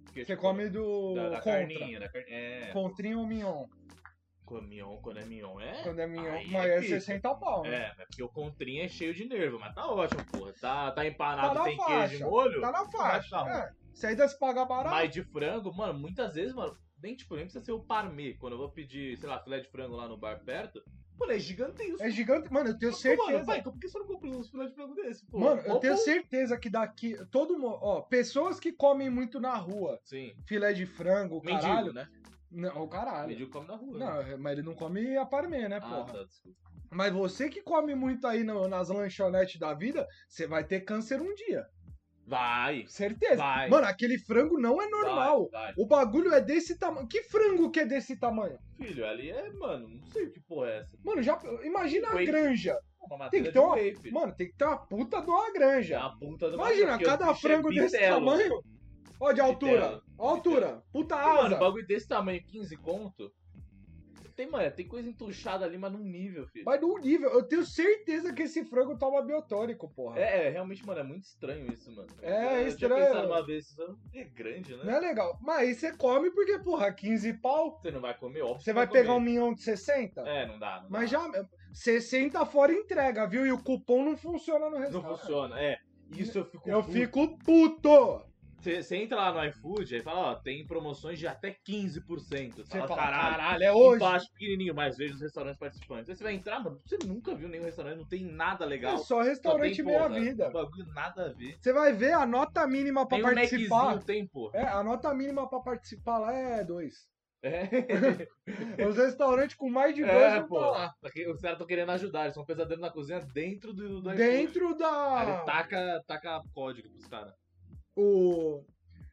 S2: Porque,
S1: né? Você
S2: tipo,
S1: come do
S2: da, da
S1: contra.
S2: carninha, da carninha. É.
S1: Contrinho ou mignon.
S2: Com mignon, quando é mignon, é.
S1: Quando é mignon,
S2: Aí
S1: mas é
S2: difícil.
S1: 60 pau, né?
S2: É, mas porque o contrinha é cheio de nervo, mas tá ótimo, porra. Tá, tá empanado,
S1: Tá na
S2: tem
S1: faixa.
S2: queijo e molho.
S1: Tá na faixa.
S2: Tá bom.
S1: É. Se ainda se pagar barato,
S2: Mas de frango, mano, muitas vezes, mano, nem tipo, nem precisa ser o parmê. Quando eu vou pedir, sei lá, filé de frango lá no bar perto, mano, é gigantesco.
S1: é gigante. Mano, eu tenho
S2: Mano,
S1: certeza.
S2: pai, então por que você não comprou uns filé de frango desse, pô?
S1: Mano, eu
S2: Ou
S1: tenho
S2: com-
S1: certeza que daqui. Todo mundo. Ó, pessoas que comem muito na rua,
S2: Sim.
S1: filé de frango, o
S2: Mendigo,
S1: caralho.
S2: né?
S1: Não, o caralho.
S2: Mendigo come na rua. né?
S1: Não, mas ele não come a parmê, né,
S2: Ah,
S1: porra?
S2: tá, desculpa.
S1: Mas você que come muito aí no- nas lanchonetes da vida, você vai ter câncer um dia.
S2: Vai.
S1: Certeza.
S2: Vai.
S1: Mano, aquele frango não é normal.
S2: Vai, vai.
S1: O bagulho é desse tamanho. Que frango que é desse tamanho?
S2: Filho, ali é, mano, não sei que porra é essa.
S1: Mano, já imagina a
S2: Whey.
S1: granja.
S2: Uma
S1: Tem
S2: madeira
S1: que
S2: de
S1: ter uma-
S2: whey, filho.
S1: Mano, tem que ter uma puta de uma
S2: É
S1: granja.
S2: a ponta do
S1: Imagina,
S2: bagulho, porque o
S1: cada
S2: bicho é
S1: frango desse
S2: bitelo.
S1: tamanho. Ó, de altura.
S2: Bitelo.
S1: Ó, a altura. Puta
S2: Mano, um
S1: asa.
S2: bagulho desse tamanho, 15 conto. Tem, mano, tem coisa entuchada ali, mas num nível, filho.
S1: Mas num nível. Eu tenho certeza que esse frango toma biotônico, porra.
S2: É, é, realmente, mano, é muito estranho isso, mano.
S1: É,
S2: eu
S1: estranho.
S2: Tinha pensado uma vez, isso é grande, né?
S1: Não é legal. Mas aí você come porque, porra, 15 pau.
S2: Você não vai comer, óbvio.
S1: Você vai pegar um minhão de 60?
S2: É, não dá. Não
S1: Mas
S2: dá.
S1: já. 60 fora entrega, viu? E o cupom não funciona no
S2: Não
S1: restaurante.
S2: funciona, é. Isso eu fico.
S1: Eu
S2: puto.
S1: fico puto.
S2: Você você entra lá no iFood e fala, ó, tem promoções de até 15%. Você
S1: Você
S2: fala,
S1: fala,
S2: caralho,
S1: caralho, é hoje.
S2: embaixo, pequenininho, mas veja os restaurantes participantes. Aí você vai entrar, mano, você nunca viu nenhum restaurante, não tem nada legal.
S1: É só
S2: Só tem,
S1: restaurante
S2: porra,
S1: meia vida.
S2: um bagulho nada a ver.
S1: Você vai ver a nota mínima pra
S2: Tem um
S1: participar.
S2: Maczinho, tem, porra.
S1: É, a nota mínima pra participar lá é 2.
S2: É,
S1: Os restaurantes com mais de 2
S2: é
S1: não
S2: pô.
S1: tá lá.
S2: Os caras estão querendo ajudar, eles são pesadelo na cozinha dentro do, do iFood.
S1: Dentro Ah.
S2: Aí ele
S1: da.
S2: taca, taca código pros caras.
S1: O...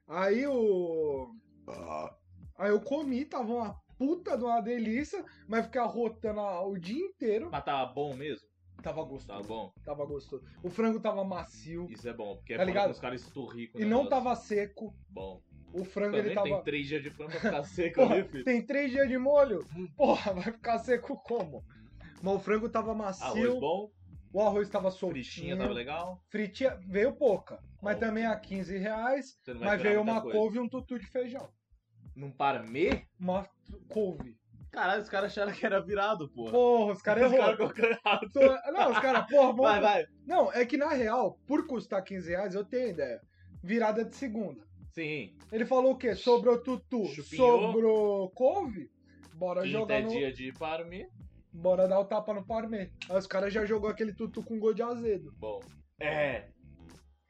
S1: Aí o. Aí eu comi, tava uma puta de uma delícia, mas ficar rotando a- o dia inteiro.
S2: Mas tá bom mesmo?
S1: Tava
S2: Tá
S1: gostoso.
S2: bom.
S1: Tava gostoso. O frango tava macio.
S2: Isso é bom, porque
S1: Tá
S2: é
S1: ligado?
S2: quando os caras esturricam.
S1: E não tava seco.
S2: Bom.
S1: O frango
S2: Também
S1: ele tava.
S2: tem três dias de frango pra ficar seco
S1: Porra,
S2: ali, filho. Hum.
S1: tem três dias de molho? Porra, vai ficar seco como? Mas o frango tava
S2: Arroz
S1: macio,
S2: bom,
S1: o arroz tava soltinho.
S2: fritinha tava legal.
S1: Fritinha veio pouca, mas
S2: Ó.
S1: também a 15 reais.
S2: Você não vai
S1: Mas
S2: esperar
S1: veio
S2: muita
S1: uma
S2: coisa.
S1: couve e um tutu de feijão.
S2: Num parmê?
S1: Uma tu- couve.
S2: Caralho, os caras acharam que era virado, porra.
S1: Porra, os caras
S2: os caras
S1: errou.
S2: colocaram errado.
S1: Não, os caras, porra, vamos-
S2: Vai, vai.
S1: Não, é que na real, por custar 15 reais, eu tenho ideia. Virada de segunda.
S2: Sim.
S1: Ele falou o quê? Sobrou tutu,
S2: Chupinhou.
S1: sobrou couve? Bora
S2: Quinta
S1: jogar
S2: é
S1: no.
S2: dia de parmê.
S1: Bora dar o tapa no Parmê. Aí os caras já jogou aquele tutu com gol de azedo.
S2: Bom. É.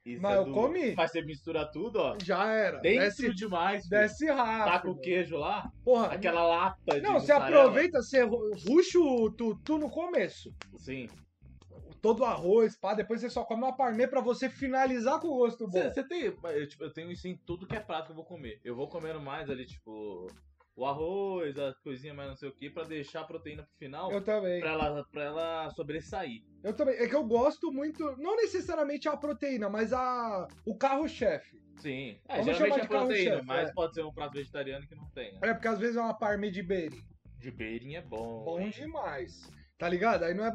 S2: Isso
S1: Mas
S2: é
S1: eu
S2: duro.
S1: comi.
S2: Mas você mistura tudo, ó.
S1: Já era.
S2: Dentro
S1: Desce,
S2: demais, filho.
S1: desce
S2: Taca
S1: rápido.
S2: o queijo lá,
S1: Porra.
S2: aquela lata de
S1: Não, você
S2: mussarela.
S1: aproveita, você ru- ruxa o tutu no começo.
S2: Sim.
S1: Tá Todo o arroz, pá. Depois você só come uma Parmê pra você finalizar com o gosto bom.
S2: Você tem. Eu, tipo, eu tenho isso em tudo que é prato que eu vou comer. Eu vou comendo mais ali, tipo, o arroz, as coisinhas mais não sei o que, pra deixar a proteína pro final.
S1: Eu também.
S2: Pra ela, pra ela sobressair.
S1: Eu também. É que eu gosto muito, não necessariamente a proteína, mas a o carro-chefe.
S2: Sim. É,
S1: Vamos chamar
S2: geralmente
S1: de
S2: é proteína,
S1: carro-chefe,
S2: mas
S1: é.
S2: pode ser um prato vegetariano que não tenha.
S1: É porque às vezes é uma parme de beiri.
S2: De beirinha é bom.
S1: Bom
S2: hein?
S1: demais. Tá ligado? Aí não é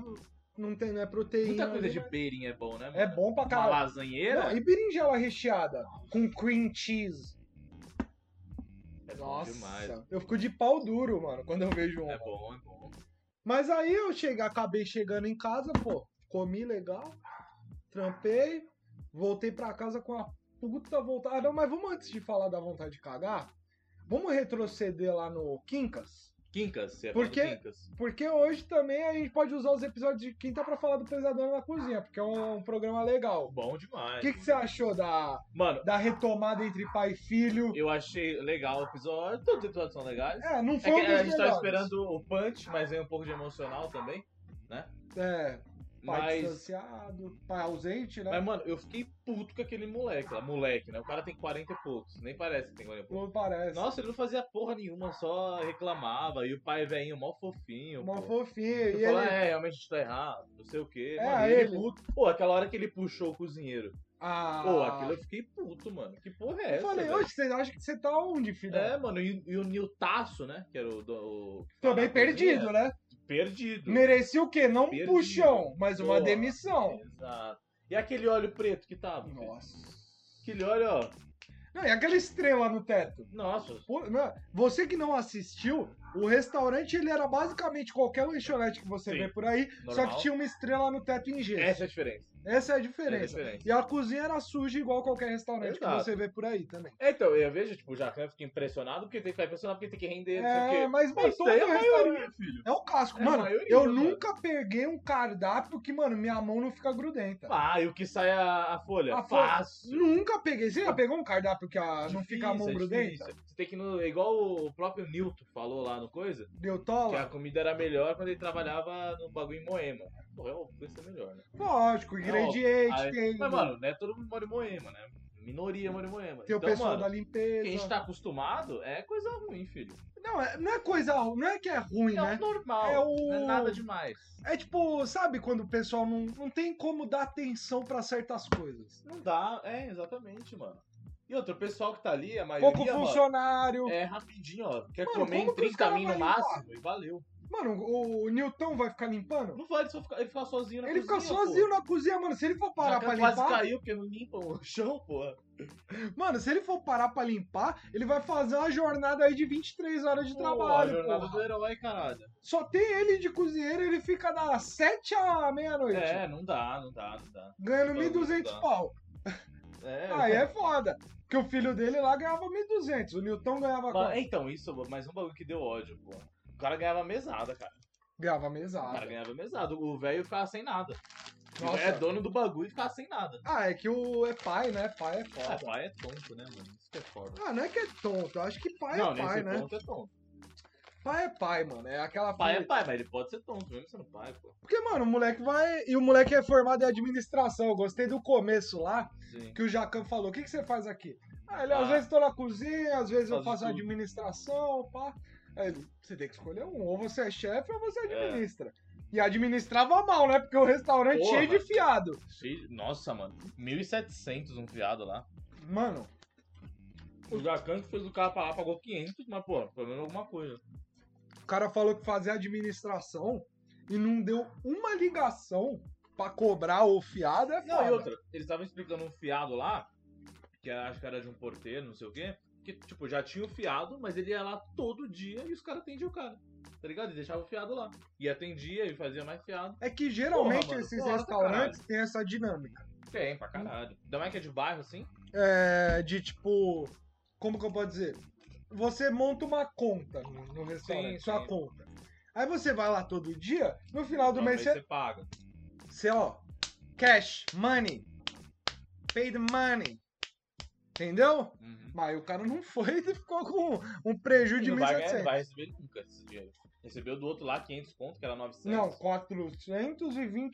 S1: não tem não é proteína.
S2: Muita coisa de
S1: né?
S2: beirinha é bom, né?
S1: É
S2: mano?
S1: bom pra
S2: Uma
S1: caralho.
S2: lasanheira?
S1: Não, e berinjela recheada com cream cheese.
S2: É bom
S1: Nossa,
S2: demais.
S1: eu fico de pau duro, mano, quando eu vejo um.
S2: É bom, é bom.
S1: Mas aí eu cheguei, acabei chegando em casa, pô, comi legal, trampei, voltei pra casa com a puta vontade. Ah, não, mas vamos antes de falar da vontade de cagar, vamos retroceder lá no Quincas.
S2: Quincas, você é
S1: Por
S2: fã do
S1: quê?
S2: Quincas.
S1: Porque hoje também a gente pode usar os episódios de quinta pra falar do Pesadelo na Cozinha, porque é um, um programa legal.
S2: Bom demais.
S1: O que, que você achou da,
S2: Mano,
S1: da retomada entre pai e filho?
S2: eu achei legal o episódio. Todos os episódios são legais.
S1: É, não
S2: É
S1: foi
S2: que
S1: um dos
S2: a gente tava
S1: melhores.
S2: esperando o punch, mas vem um pouco de emocional também.
S1: É, pai
S2: Mas,
S1: distanciado, pai ausente, né?
S2: mas, mano, eu fiquei puto com aquele moleque lá. Moleque, né? O cara tem 40 e poucos. Nem parece que tem 40 e poucos.
S1: Não parece.
S2: Nossa, ele não fazia porra nenhuma, só reclamava. E o pai velhinho, mó fofinho.
S1: Mó
S2: pô.
S1: fofinho.
S2: Eu
S1: E
S2: falo,
S1: ele...
S2: é, realmente a gente tá errado, não sei o quê.
S1: É,
S2: mano, e ele,
S1: ele.
S2: puto. Pô, aquela hora que ele puxou o cozinheiro.
S1: Ah,
S2: Pô, aquilo eu fiquei puto, mano. Que porra é
S1: eu
S2: essa?
S1: falei,
S2: velho?
S1: hoje você acha que você tá onde, filho?
S2: É, mano, e, e o Niltaço, né? Que era o. do- o- que fala
S1: Também
S2: na cozinha,
S1: perdido, né?
S2: Perdido.
S1: Merecia o quê? Não um
S2: Perdido.
S1: puxão, mas uma
S2: Porra.
S1: demissão.
S2: é, Exato. E aquele óleo preto que tava? filho?
S1: Nossa.
S2: Aquele óleo, ó.
S1: Não, e aquela estrela no teto?
S2: Nossa.
S1: Pô, né? Você que não assistiu, o restaurante ele era basicamente qualquer lanchonete que você
S2: Sim.
S1: vê por aí, só
S2: normal.
S1: que tinha uma estrela no teto em gesso.
S2: Essa é a diferença.
S1: Essa é a
S2: Essa é a
S1: diferença.
S2: diferença.
S1: E a cozinha era suja igual qualquer restaurante que
S2: Exato.
S1: você vê por aí também.
S2: É, Então, eu vejo, tipo, já eu fiquei impressionado porque tem que ficar impressionado porque tem que render, não sei o
S1: É,
S2: quê.
S1: mas, mano,
S2: Mas
S1: todo
S2: tem a
S1: restaurante.
S2: maioria, filho.
S1: É o casco.
S2: É a
S1: mano,
S2: maioria,
S1: eu
S2: mano.
S1: nunca peguei um cardápio que, mano, minha mão não fica grudenta.
S2: Ah, e o que sai a, a folha?
S1: A folha.
S2: Fácil.
S1: Nunca peguei. Você já pegou um cardápio que a- não
S2: Difícil,
S1: fica a mão
S2: é
S1: grudenta?
S2: difícil. Você tem que ir no, é igual o próprio Newton falou lá no coisa,
S1: Deu
S2: que a
S1: tola?
S2: comida era melhor quando ele trabalhava no bagulho em Moema. Pô, é óbvio que isso é melhor, né?
S1: Lógico, ingrediente,
S2: aí-
S1: tem,
S2: Mas, mano, né? Todo mundo mora em Moema, né? Minoria mora em Moema.
S1: tem o
S2: então,
S1: pessoal
S2: mano,
S1: da
S2: quem a gente
S1: limpeza.
S2: tá acostumado é coisa ruim, filho.
S1: Não, é- não é coisa ruim, não é que é ruim,
S2: É o
S1: né?
S2: normal.
S1: É o-
S2: Não é nada demais.
S1: É tipo, sabe quando o pessoal não, não tem como dar atenção pra certas coisas?
S2: Não dá, é, exatamente, mano. E outro, o pessoal que tá ali, a maioria,
S1: Pouco
S2: mano,
S1: funcionário.
S2: é rapidinho, ó. Quer
S1: Mano,
S2: comer
S1: como
S2: em
S1: que os
S2: 30
S1: cara
S2: mil no
S1: vai limpar?
S2: máximo e valeu.
S1: Mano, o, o Newton vai ficar limpando?
S2: Não vai, ele, só fica, ele fica sozinho na
S1: Ele
S2: cozinha,
S1: fica sozinho
S2: pô.
S1: na cozinha, mano. Se ele for parar
S2: Jacan
S1: pra
S2: quase
S1: limpar.
S2: caiu porque não limpa o chão, porra.
S1: Mano, se ele for parar pra limpar, ele vai fazer uma jornada aí de 23 horas de
S2: Pô, a
S1: trabalho,
S2: jornada
S1: porra.
S2: do herói, caralho.
S1: Só tem ele de cozinheiro, ele fica das 7 à meia-noite.
S2: É, não dá, não dá, não dá.
S1: Ganhando
S2: Bagulho
S1: 1.200
S2: dá.
S1: pau.
S2: É,
S1: Aí é foda. Porque o filho dele lá ganhava 1.200. O Newton ganhava
S2: Mas-
S1: quanto?
S2: então, isso, mais um bagulho que deu ódio, pô. O cara ganhava mesada, cara.
S1: Ganhava
S2: O cara
S1: mesada.
S2: ganhava mesada. O velho ficava sem nada.
S1: Nossa.
S2: O velho é dono do bagulho e ficava sem nada.
S1: Ah, é que o é pai, né? Pai é
S2: Ah,
S1: foda.
S2: pai é tonto, né, mano? Isso que é foda.
S1: Ah, não é que é tonto. Eu acho que pai
S2: não,
S1: é pai,
S2: nesse
S1: né?
S2: ponto é tonto.
S1: Pai é pai, mano. É aquela
S2: Pai é
S1: filha-
S2: pai, mas ele pode ser tonto, mesmo sendo pai, pô.
S1: Porque, mano, o moleque vai. E o moleque é formado em administração. Eu gostei do começo lá.
S2: Sim.
S1: que o Jacan falou, o que, que você faz aqui? Ah, ele, às
S2: Ah.
S1: vezes tô na cozinha, às vezes eu
S2: Faz
S1: faço
S2: tudo.
S1: administração, pá. Aí ele, você tem que escolher um, ou você é chefe ou você
S2: É.
S1: administra. E administrava mal, né? Porque o restaurante
S2: Porra.
S1: cheio de fiado.
S2: Cheio de- Nossa, mano. 1.700 um viado lá.
S1: Mano,
S2: O Jacan que fez o cara pra lá pagou 500, mas, pô, pelo menos alguma coisa.
S1: o cara falou que fazia administração e não deu uma ligação pra cobrar o fiado, é
S2: Não, e
S1: foda.
S2: outra, eles estavam explicando um fiado lá, que era- acho que era de um porteiro, não sei o quê, que, tipo, já tinha o fiado, mas ele ia lá todo dia e os caras atendiam o cara. Tá ligado? E deixava o fiado lá. E atendia e fazia mais fiado.
S1: É que geralmente
S2: Porra, mano,
S1: esses
S2: porra,
S1: restaurantes têm essa dinâmica.
S2: Tem, pra caralho. Ainda mais que é de bairro, assim.
S1: É, de tipo, como que eu posso dizer? Você monta uma conta no, no restaurante,
S2: Sim,
S1: sua
S2: sim.
S1: conta. Aí você vai lá todo dia, no final do mês
S2: Talvez
S1: você,
S2: você paga.
S1: você, ó, cash, money, paid money. Entendeu?
S2: Uhum.
S1: Mas o cara não foi e ficou com um prejuízo de
S2: não vai, ganhar,
S1: 1.700.
S2: não é- vai receber nunca esse dinheiro. Recebeu do outro lá 500 conto, que era 900.
S1: Não,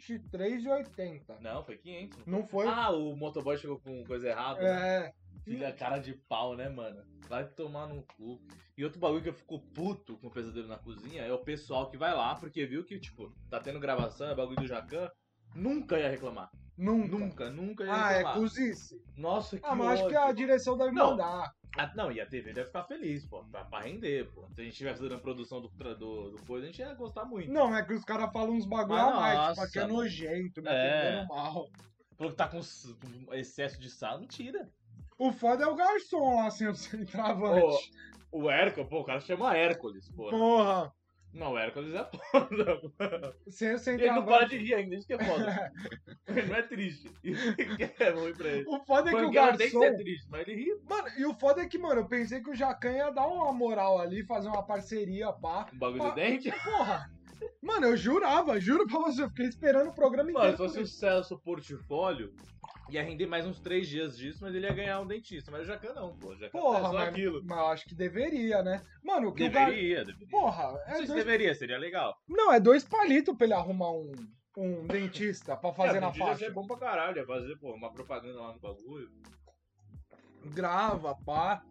S1: 423,80.
S2: Não, foi 500. não
S1: Não foi?
S2: Ah, o motoboy chegou com coisa errada. né?
S1: é,
S2: Filha, cara de pau, né, mano? Vai tomar no cu. E outro bagulho que eu fico puto com o pesadelo na cozinha é o pessoal que vai lá, porque viu que, tipo, tá tendo gravação, é bagulho do Jacan. Nunca ia reclamar.
S1: nunca.
S2: Nunca, nunca ia
S1: Ah, é
S2: reclamar.
S1: cozice.
S2: Nossa, que
S1: Ah, mas acho que
S2: ódio.
S1: a direção deve
S2: Não.
S1: mandar.
S2: Ah, não, e a TV deve ficar feliz, pô, pra, pra render, pô. Se a gente estivesse dando a produção do, tra- do, do coisa, a gente ia gostar muito.
S1: Não, é que os caras falam uns bagulho
S2: Mas
S1: a mais,
S2: nossa,
S1: tipo, que é
S2: mano.
S1: nojento, me
S2: É.
S1: atendendo mal.
S2: Falou que tá com s- com excesso de sal, mentira.
S1: O foda é o garçom lá, assim, o centroavante.
S2: O Hércules, pô, o cara chama Hércules, pô.
S1: Porra,
S2: Não, o Hércules é foda, pô.
S1: sem o
S2: Ele não para
S1: centroavante.
S2: de rir ainda, isso que é foda. ele não é triste. Isso que é ruim pra ele.
S1: O foda é que o
S2: Pangueiro tem que
S1: garçom.
S2: ser triste, mas ele ri.
S1: Mano, e o foda é que, mano, eu pensei que o Jacan ia dar uma moral ali, fazer uma parceria, pá.
S2: Um bagulho
S1: Ah.
S2: do dente.
S1: Porra! Mano, eu jurava, juro pra você, eu fiquei esperando o programa
S2: Mano, se
S1: inteiro.
S2: fosse o Celso Portfólio, ia render mais uns três dias disso, mas ele ia ganhar um dentista. Mas o Jacan não, pô. O Jacan é
S1: Porra,
S2: só
S1: mas,
S2: aquilo.
S1: mas eu acho que deveria, né? Mano, o que o gar...
S2: Deveria, deveria.
S1: Porra,
S2: não
S1: é
S2: sei se
S1: dois...
S2: deveria, seria legal.
S1: não, é dois palitos pra ele arrumar um, um dentista pra fazer
S2: é,
S1: na
S2: dentista ia
S1: faixa.
S2: ser bom pra caralho, ia fazer, pô, uma propaganda lá no bagulho.
S1: grava, pá.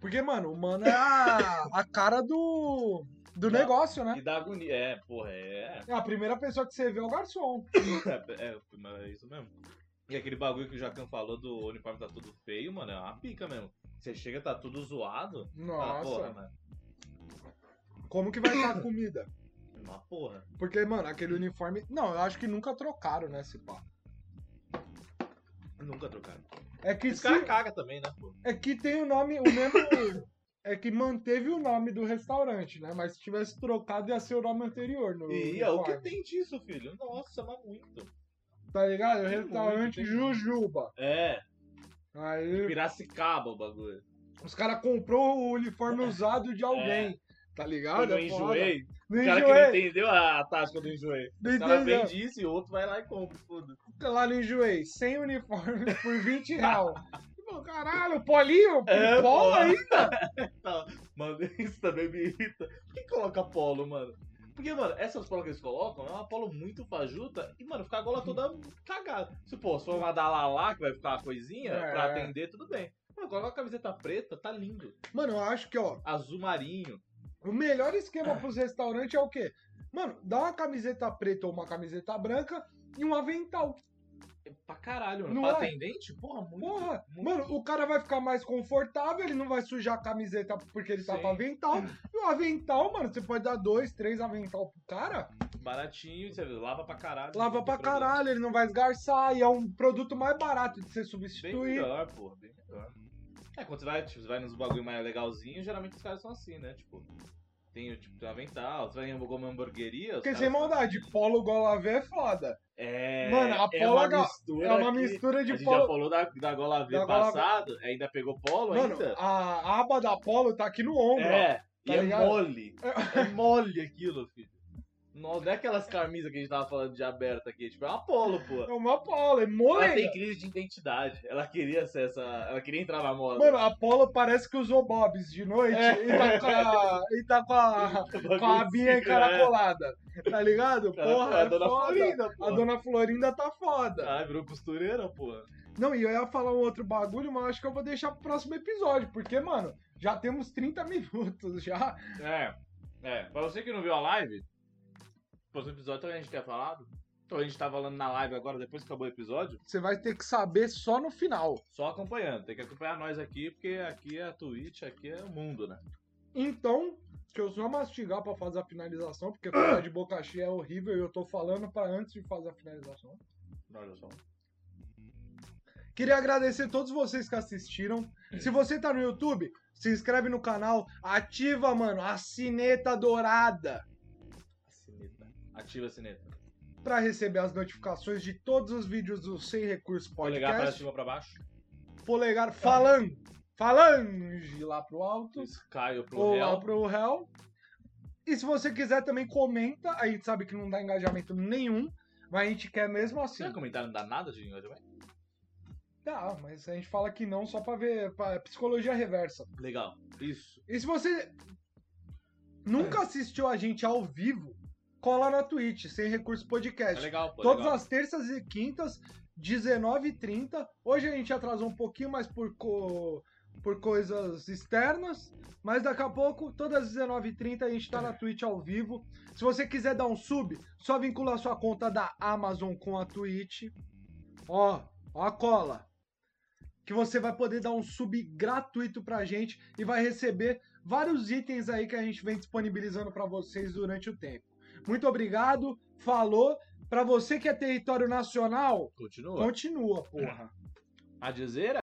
S1: Porque, mano, o mano é a, a cara do, do
S2: Não.
S1: negócio, né?
S2: E dá agonia. É, porra, é.
S1: É a primeira pessoa que você vê é o garçom.
S2: É, é, mas é isso mesmo. E aquele bagulho que o Jacan falou do uniforme tá tudo feio, mano, é uma pica mesmo. Você chega, tá tudo zoado. Fala, Ah, porra,
S1: Nossa,
S2: mano.
S1: como que vai estar a comida?
S2: é Uma porra.
S1: Porque, mano, aquele uniforme. Não, eu acho que nunca trocaram, né, esse pá.
S2: Nunca trocaram.
S1: É que,
S2: Esse
S1: se...
S2: cara caga também, né, pô?
S1: é que tem o nome, o mesmo. É que manteve o nome do restaurante, né? Mas se tivesse trocado, ia ser o nome anterior. No
S2: E é o que
S1: uniforme,
S2: tem disso, filho? Nossa, mas muito.
S1: Tá ligado? O
S2: Tem muito,
S1: restaurante
S2: tem muito.
S1: Jujuba.
S2: É,
S1: Aí
S2: Piracicaba o bagulho.
S1: Os caras comprou o uniforme usado de alguém. Tá ligado?
S2: Quando eu
S1: É foda.
S2: enjoei,
S1: Não
S2: o cara que não
S1: enjoei.
S2: entendeu a tática do enjoei.
S1: Não
S2: O cara
S1: entendeu.
S2: vende isso e o outro vai lá e compra, foda
S1: Tá Lá no enjoei. Sem uniforme por 20 real. Pô, Caralho, polinho?
S2: É,
S1: pó
S2: pô.
S1: aí?
S2: Tá, Mano, isso também me irrita. Por que coloca polo, mano? Porque, mano, essas polos que eles colocam é uma polo muito fajuta e, mano, fica a gola toda cagada. Se, pô, se for uma da Lala, que vai ficar uma coisinha
S1: É.
S2: pra atender, tudo bem. Mano, coloca a camiseta preta, tá lindo.
S1: Mano, eu acho que, ó,
S2: Azul marinho.
S1: o melhor esquema pros restaurantes é o quê? Mano, dá uma camiseta preta ou uma camiseta branca e um avental.
S2: É Pra caralho, mano.
S1: Não
S2: pra
S1: é?
S2: atendente, porra, muito.
S1: Porra,
S2: muito.
S1: mano, o cara vai ficar mais confortável, ele não vai sujar a camiseta porque ele tá
S2: Sim.
S1: com avental. E o avental, mano, você pode dar dois, três avental pro cara,
S2: Baratinho, você lava pra caralho.
S1: lava
S2: não tem
S1: pra
S2: problema.
S1: caralho, ele não vai esgarçar e é um produto mais barato de ser
S2: Bem
S1: substituído.
S2: melhor, porra, bem melhor. É, quando você vai, tipo, você vai nos bagulho mais legalzinho, geralmente os caras são assim, né? Tipo, tem, tipo, tem um avental, você vai em alguma hamburgueria. os
S1: Porque
S2: caras-
S1: sem maldade, polo gola V é foda.
S2: É.
S1: Mano, a
S2: é
S1: polo
S2: uma
S1: H-
S2: mistura.
S1: é uma
S2: que-
S1: mistura
S2: A
S1: de
S2: gente já
S1: polo.
S2: falou da, da Gola V
S1: Da Gola V.
S2: passado, ainda pegou polo
S1: Mano,
S2: ainda?
S1: a aba da polo tá aqui no ombro. ó.
S2: É, e
S1: tá
S2: é
S1: ligado?
S2: mole. É mole aquilo, filho. Nossa, não é aquelas camisas que a gente tava falando de aberta aqui, tipo, é uma polo, pô.
S1: É uma polo, é
S2: Ela
S1: molenga.
S2: tem crise de identidade. Ela queria ser essa. Ela queria entrar na moda.
S1: Mano, a Polo parece que usou Bob's de noite
S2: É.
S1: e tá com a, e tá com a, com a
S2: assim,
S1: abinha
S2: é.
S1: encaracolada. Tá ligado?
S2: Cara,
S1: Porra,
S2: a
S1: é
S2: dona
S1: foda.
S2: Florinda,
S1: A
S2: porra.
S1: dona Florinda tá foda.
S2: Caralho, Ah, virou costureira, porra.
S1: Não, e eu ia falar um outro bagulho, mas acho que eu vou deixar pro próximo episódio, porque, mano, já temos 30 minutos já.
S2: É, é. Pra você que não viu a live, no próximo episódio também a gente quer falado. Então a gente tá falando na live agora, depois que acabou o episódio,
S1: Você vai ter que saber só no final.
S2: só acompanhando. Tem que acompanhar nós aqui, porque aqui é a Twitch, aqui é o mundo, né?
S1: Então, deixa eu só mastigar pra fazer a finalização, porque falar de boca cheia é horrível e eu tô falando pra antes de fazer a finalização.
S2: Olha só.
S1: Queria agradecer a todos vocês que assistiram. Se você tá no YouTube, se inscreve no canal, ativa, mano, a sineta dourada
S2: A sineta. Ativa a sineta.
S1: pra receber as notificações de todos os vídeos do Sem Recurso
S2: Polegar pra
S1: Podcast.
S2: cima pra baixo.
S1: Polegar falando, falange lá pro alto
S2: Caio pro
S1: ou lá
S2: réu.
S1: pro réu. E se você quiser também comenta, a gente sabe que não dá engajamento nenhum, mas a gente quer mesmo assim.
S2: Será que comentário não dá nada de engajamento?
S1: Tá, mas a gente fala que não só pra ver pra psicologia reversa.
S2: Legal. Isso.
S1: E se você nunca
S2: É.
S1: assistiu a gente ao vivo, cola na Twitch, sem recurso
S2: É
S1: podcast.
S2: legal, pô.
S1: Todas
S2: legal.
S1: as terças e quintas, 19h30. Hoje a gente atrasou um pouquinho mais por, co- por coisas externas, mas daqui a pouco, todas as 19h30, a gente tá na Twitch ao vivo. Se você quiser dar um sub, só vincula a sua conta da Amazon com a Twitch. Ó, ó a cola. Que você vai poder dar um sub gratuito pra gente e vai receber vários itens aí que a gente vem disponibilizando pra vocês durante o tempo. Muito obrigado, falou. Pra você que é território nacional,
S2: Continua.
S1: continua, porra.
S2: A dizer é